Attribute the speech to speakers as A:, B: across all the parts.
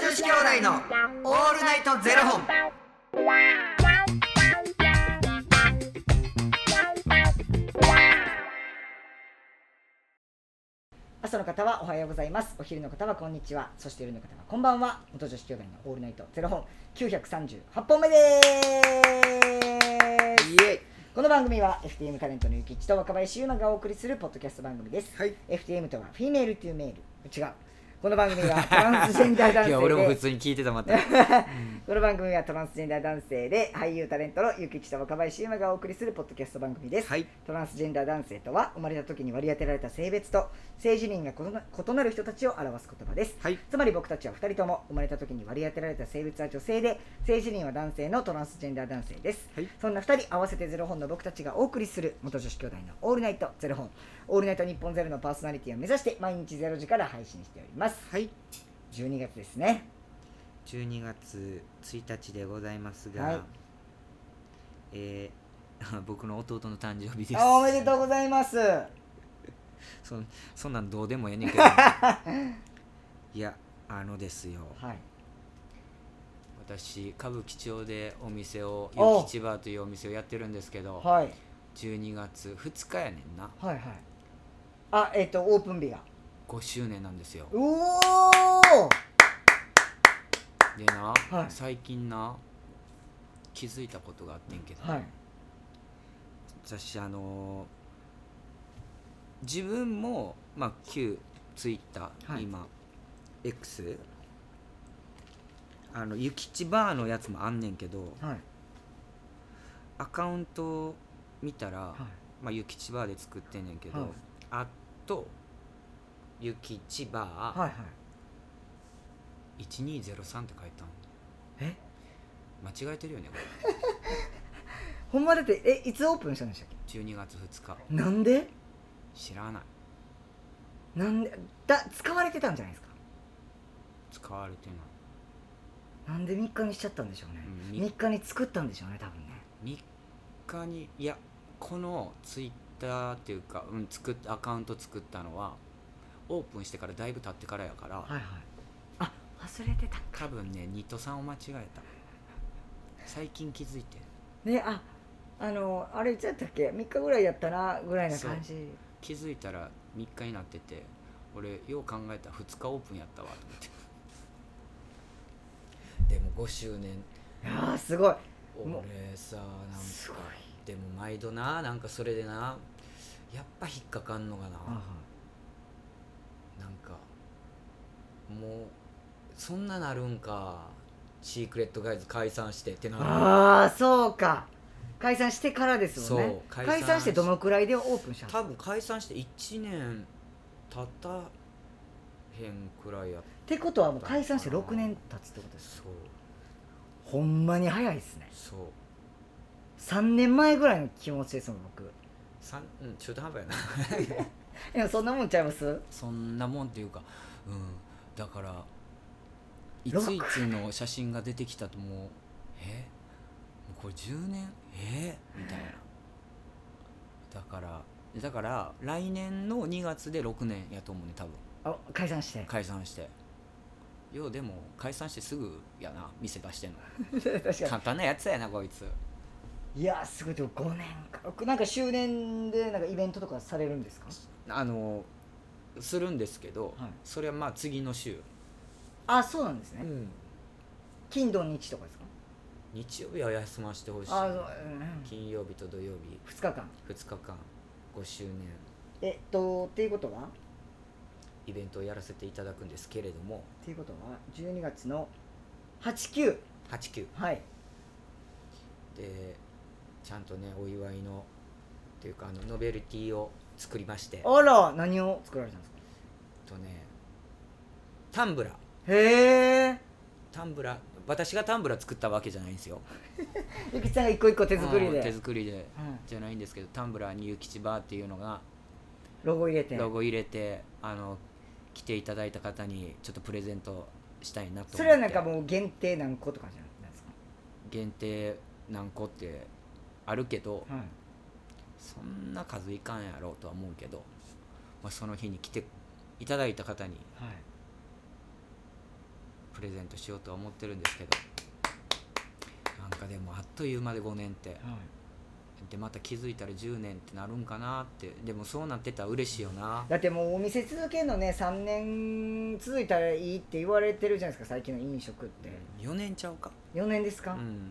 A: 子兄弟のオールナイトゼロ本。
B: 朝の方はおはようございます。お昼の方はこんにちは。そして夜の方はこんばんは。元女子兄弟のオールナイトゼロ本九百三十八本目です。
A: イエ
B: この番組は FTM タレントのゆきちと若林優馬がお送りするポッドキャスト番組です。
A: はい
B: FTM とはフィメールというメール。違う。この番組はトランスジェンダー男性
A: い
B: で
A: や俺も普通に聞いてたまた
B: この番組はトランスジェンダー男性で俳優タレントのゆきちと若林優馬がお送りするポッドキャスト番組です、
A: はい
B: トランスジェンダー男性とは生まれた時に割り当てられた性別と性自認が異な異なる人たちを表す言葉です
A: はい
B: つまり僕たちは2人とも生まれた時に割り当てられた性別は女性で性自認は男性のトランスジェンダー男性です、
A: はい
B: そんな2人合わせてゼロ本の僕たちがお送りする元女子兄弟の「オールナイトゼロ本」「オールナイト日本ゼロのパーソナリティを目指して毎日ゼロ時から配信しております
A: はい
B: 12月ですね
A: 12月1日でございますが、
B: はい
A: えー 僕の弟の誕生日です
B: あおめでとうございます
A: そんそんなんどうでもええねんけど いやあのですよ
B: はい
A: 私歌舞伎町でお店を
B: お
A: ゆきちばーというお店をやってるんですけど
B: はい
A: 12月2日やねんな
B: はいはいあえっ、とオープン日が
A: 5周年なんですよ
B: うお
A: でな、
B: はい
A: 最近な気づいたことがあってんけど、
B: ーはい
A: 私あのー自分も、まあ、旧 Twitter、
B: はい
A: 今 X あのゆきちバーのやつもあんねんけど
B: はい
A: アカウント見たら、
B: はい
A: まあ、ゆきちバーで作ってんねんけど、
B: はい
A: あとゆきちバー
B: はいはい
A: 1203って書いたん
B: え
A: 間違えてるよねこれ
B: ほんまだってえいつオープンしたんでしたっ
A: 12月2日
B: けなんで
A: 知らない
B: なんでだ使われてたんじゃないですか
A: 使われてない
B: なんで3日にしちゃったんでしょうね、
A: うんみ
B: 3日に作ったんでしょうね多分ね
A: 3日にいやこのツイッターっていうか、うん、作っアカウント作ったのはオープンしてからだいぶ経ってからやから、
B: はいはいあ忘れてた
A: 多分ね2と3を間違えた最近気づいて
B: ねああのあれいつやったっけ3日ぐらいやったなぐらいな感じ
A: 気づいたら3日になってて俺よう考えたら2日オープンやったわと思って でも5周年
B: いやーすごいもう
A: 俺さなん
B: すごい
A: かでも毎度ななんかそれでなやっぱ引っかかんのかな、
B: あ
A: なんかもうそんななるんかシークレットガイズ解散してってなる
B: あーそうか解散してからですもんね
A: そう
B: 解
A: 解
B: 散
A: 散
B: してどのくらいでオープンしたのっ
A: 多分解散して1年経ったへんくらいやって
B: ことはもう解散して6年経つってこと
A: た
B: です
A: そう
B: ほんまに早いですね
A: そう
B: 3年前ぐらいの気持ちですもん僕
A: さんうん中途半端やな
B: でもそんなもんちゃいます
A: そんなもんっていうかうんだからいついつの写真が出てきたともうえもうこれ10年えみたいなだからだから来年の2月で6年やと思うね多分
B: あ解散して
A: 解散してようでも解散してすぐやな店出してんの
B: 確かに
A: 簡単なやつやなこいつ
B: いやーすごいでも5年か僕なんか周年でなんかイベントとかされるんですか
A: あのするんですけど、
B: はい
A: それはまあ次の週、
B: あそうなんですね、金土日とかですか
A: 日曜日は休ませてほしい
B: あそう、うん、
A: 金曜日と土曜日
B: 2日間
A: 2日間5周年
B: えっとっていうことはっ
A: イベントをやらせていただくんですけれども
B: ていうことは12月の89
A: 89
B: はい
A: でちゃんとねお祝いのというかあのノベルティを作りまして
B: あら何を作られたんですか
A: とねタンブラー
B: へえ
A: タンブラー私がタンブラー作ったわけじゃないんですよ
B: ゆきちゃんが一個一個手作りで、
A: うん手
B: うん、
A: 作りでじゃないんですけどタンブラーに「ゆきちば」っていうのが
B: ロゴ入れて
A: ロゴ入れてあの来ていただいた方にちょっとプレゼントしたいなと思って
B: それはなんかもう限定何個とかじゃないですか
A: 限定何個ってあるけど
B: はい
A: そんな数いかんやろうとは思うけど、まあ、その日に来ていただいた方に
B: はい
A: プレゼントしようとは思ってるんですけどなんかでもあっという間で5年ってでまた気づいたら10年ってなるんかなってでもそうなってたら嬉しいよな
B: だってもうお店続けるのね3年続いたらいいって言われてるじゃないですか最近の飲食って、
A: 4年ちゃうか
B: 4年です
A: う
B: か、
A: ん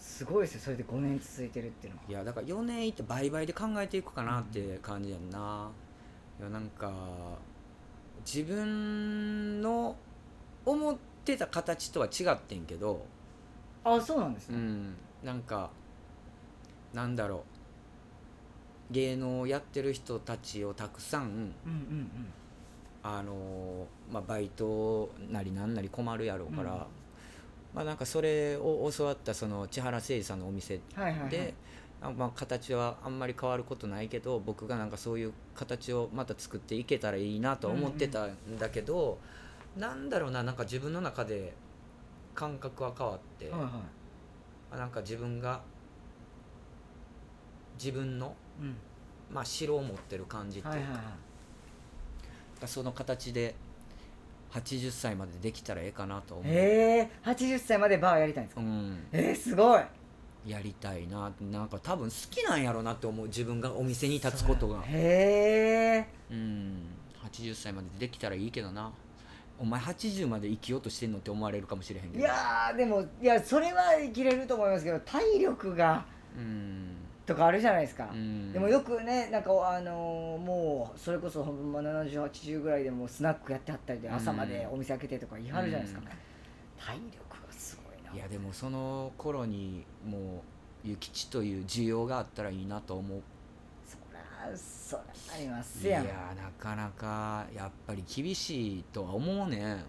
B: すごいですよそれで5年続いてるっていうのはい
A: やだから4年いって倍々で考えていくかなって感じやんな、いやなんか自分の思ってた形とは違ってんけど
B: あそうなんです
A: う
B: ね、
A: んなんかなんだろう芸能をやってる人たちをたくさん
B: うん、うん
A: あのまあ、バイトなりなんなり困るやろうから、
B: うん
A: まあ、なんかそれを教わったその千原誠司さんのお店
B: うんはいはい、はい、
A: で、あまあ、形はあんまり変わることないけど僕がなんかそういう形をまた作っていけたらいいなとは思ってたんだけど、なんだろうななんか自分の中で感覚は変わって、
B: はい
A: ま
B: は
A: あなんか自分が自分の、
B: いうん
A: まあ、城を持ってる感じっていう
B: は
A: か、
B: いはいはい
A: その形で80歳までできたらええかなと思う、
B: ええー、80歳までバーやりたいんですか
A: うん、
B: えー、すごい
A: やりたいななんか多分好きなんやろなって思う自分がお店に立つことが。
B: へえ
A: うん80歳までできたらいいけどなお前80まで生きようとしてんのって思われるかもしれへんけど
B: いやーでもいやそれは生きれると思いますけど体力が
A: うん、
B: とかあるじゃないですか、
A: うん、
B: でもよくねなんかあのーもうそれこそほんま7080ぐらいでもうスナックやってはったりで
A: うん
B: 朝までお店開けてとか言いはるじゃないですか、
A: うん
B: 体力がすごいない
A: やでもその頃にもう諭吉という需要があったらいいなと思う
B: そらそらあります
A: い
B: や
A: や
B: ん
A: なかなかやっぱり厳しいとは思うね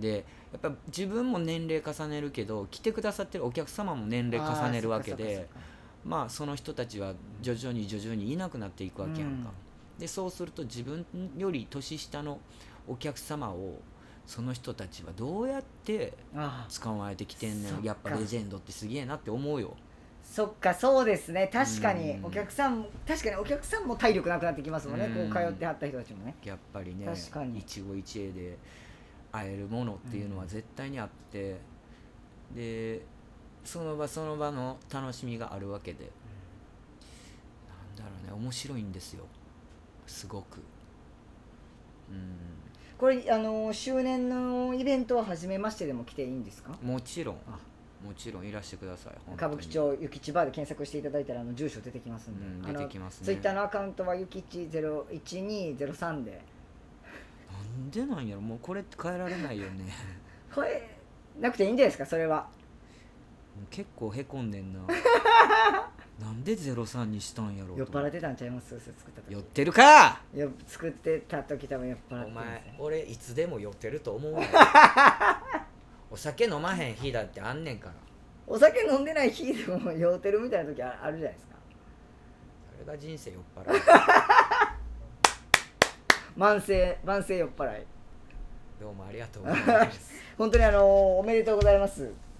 A: でやっぱ自分も年齢重ねるけど来てくださってるお客様も年齢重ねるわけ
B: あーそっ
A: で
B: かそっか
A: まあその人たちは徐々に徐々にいなくなっていくわけやんか、でそうすると自分より年下のお客様をその人たちはどうやって
B: そっかあー
A: 捕まえてきてんね
B: そっ
A: ん
B: か
A: やっぱレジェンドってすげえなって思うよ
B: そっかそうですね確かに
A: うん
B: お客さんも確かにお客さんも体力なくなってきますもんね、
A: うん
B: こう通ってはった人たちもね
A: やっぱりね
B: 確かに
A: 一期一会で会えるものっていうのは絶対にあって、でその場その場の楽しみがあるわけで、なんだろうね面白いんですよすごくう
B: これあのー周年のイベントは初めましてでも来ていいんですか
A: んもちろん
B: あ
A: もちろんいらしてください本当
B: 歌
A: に
B: 舞伎町ゆきちバーで検索していただいたらあの住所出てきますんで、
A: うん出てきますね
B: ツイッターのアカウントはゆきち01203で
A: なんでなんやろもうこれって変えられないよ ね
B: これなくていいんじゃないですかそれは
A: 結構へこんで んななんで03にしたんやろうと
B: 酔っ払ってたんちゃいますそれ作った時
A: 酔ってるか
B: よ作ってた時多分酔っ払っ
A: お
B: てます
A: 前
B: ね
A: 俺いつでも酔ってると思う わお酒飲まへん日だってあんねんから
B: お酒飲んでない日でも酔ってるみたいな時ああるじゃないですか
A: それが人生酔っ払う
B: 慢性慢性酔っ払い
A: どうもありがとうございます
B: 本当にあのーおめでとうございます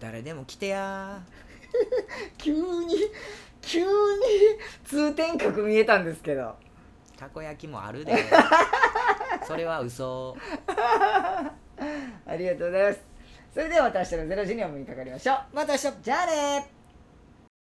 A: 誰でも来てや
B: 急に、急に通天閣見えたんですけど。
A: ーたこ焼きもある でそれは嘘
B: ありがとうございます。それではまた明日の0時にお目にかかりましょう。また明日じゃあねー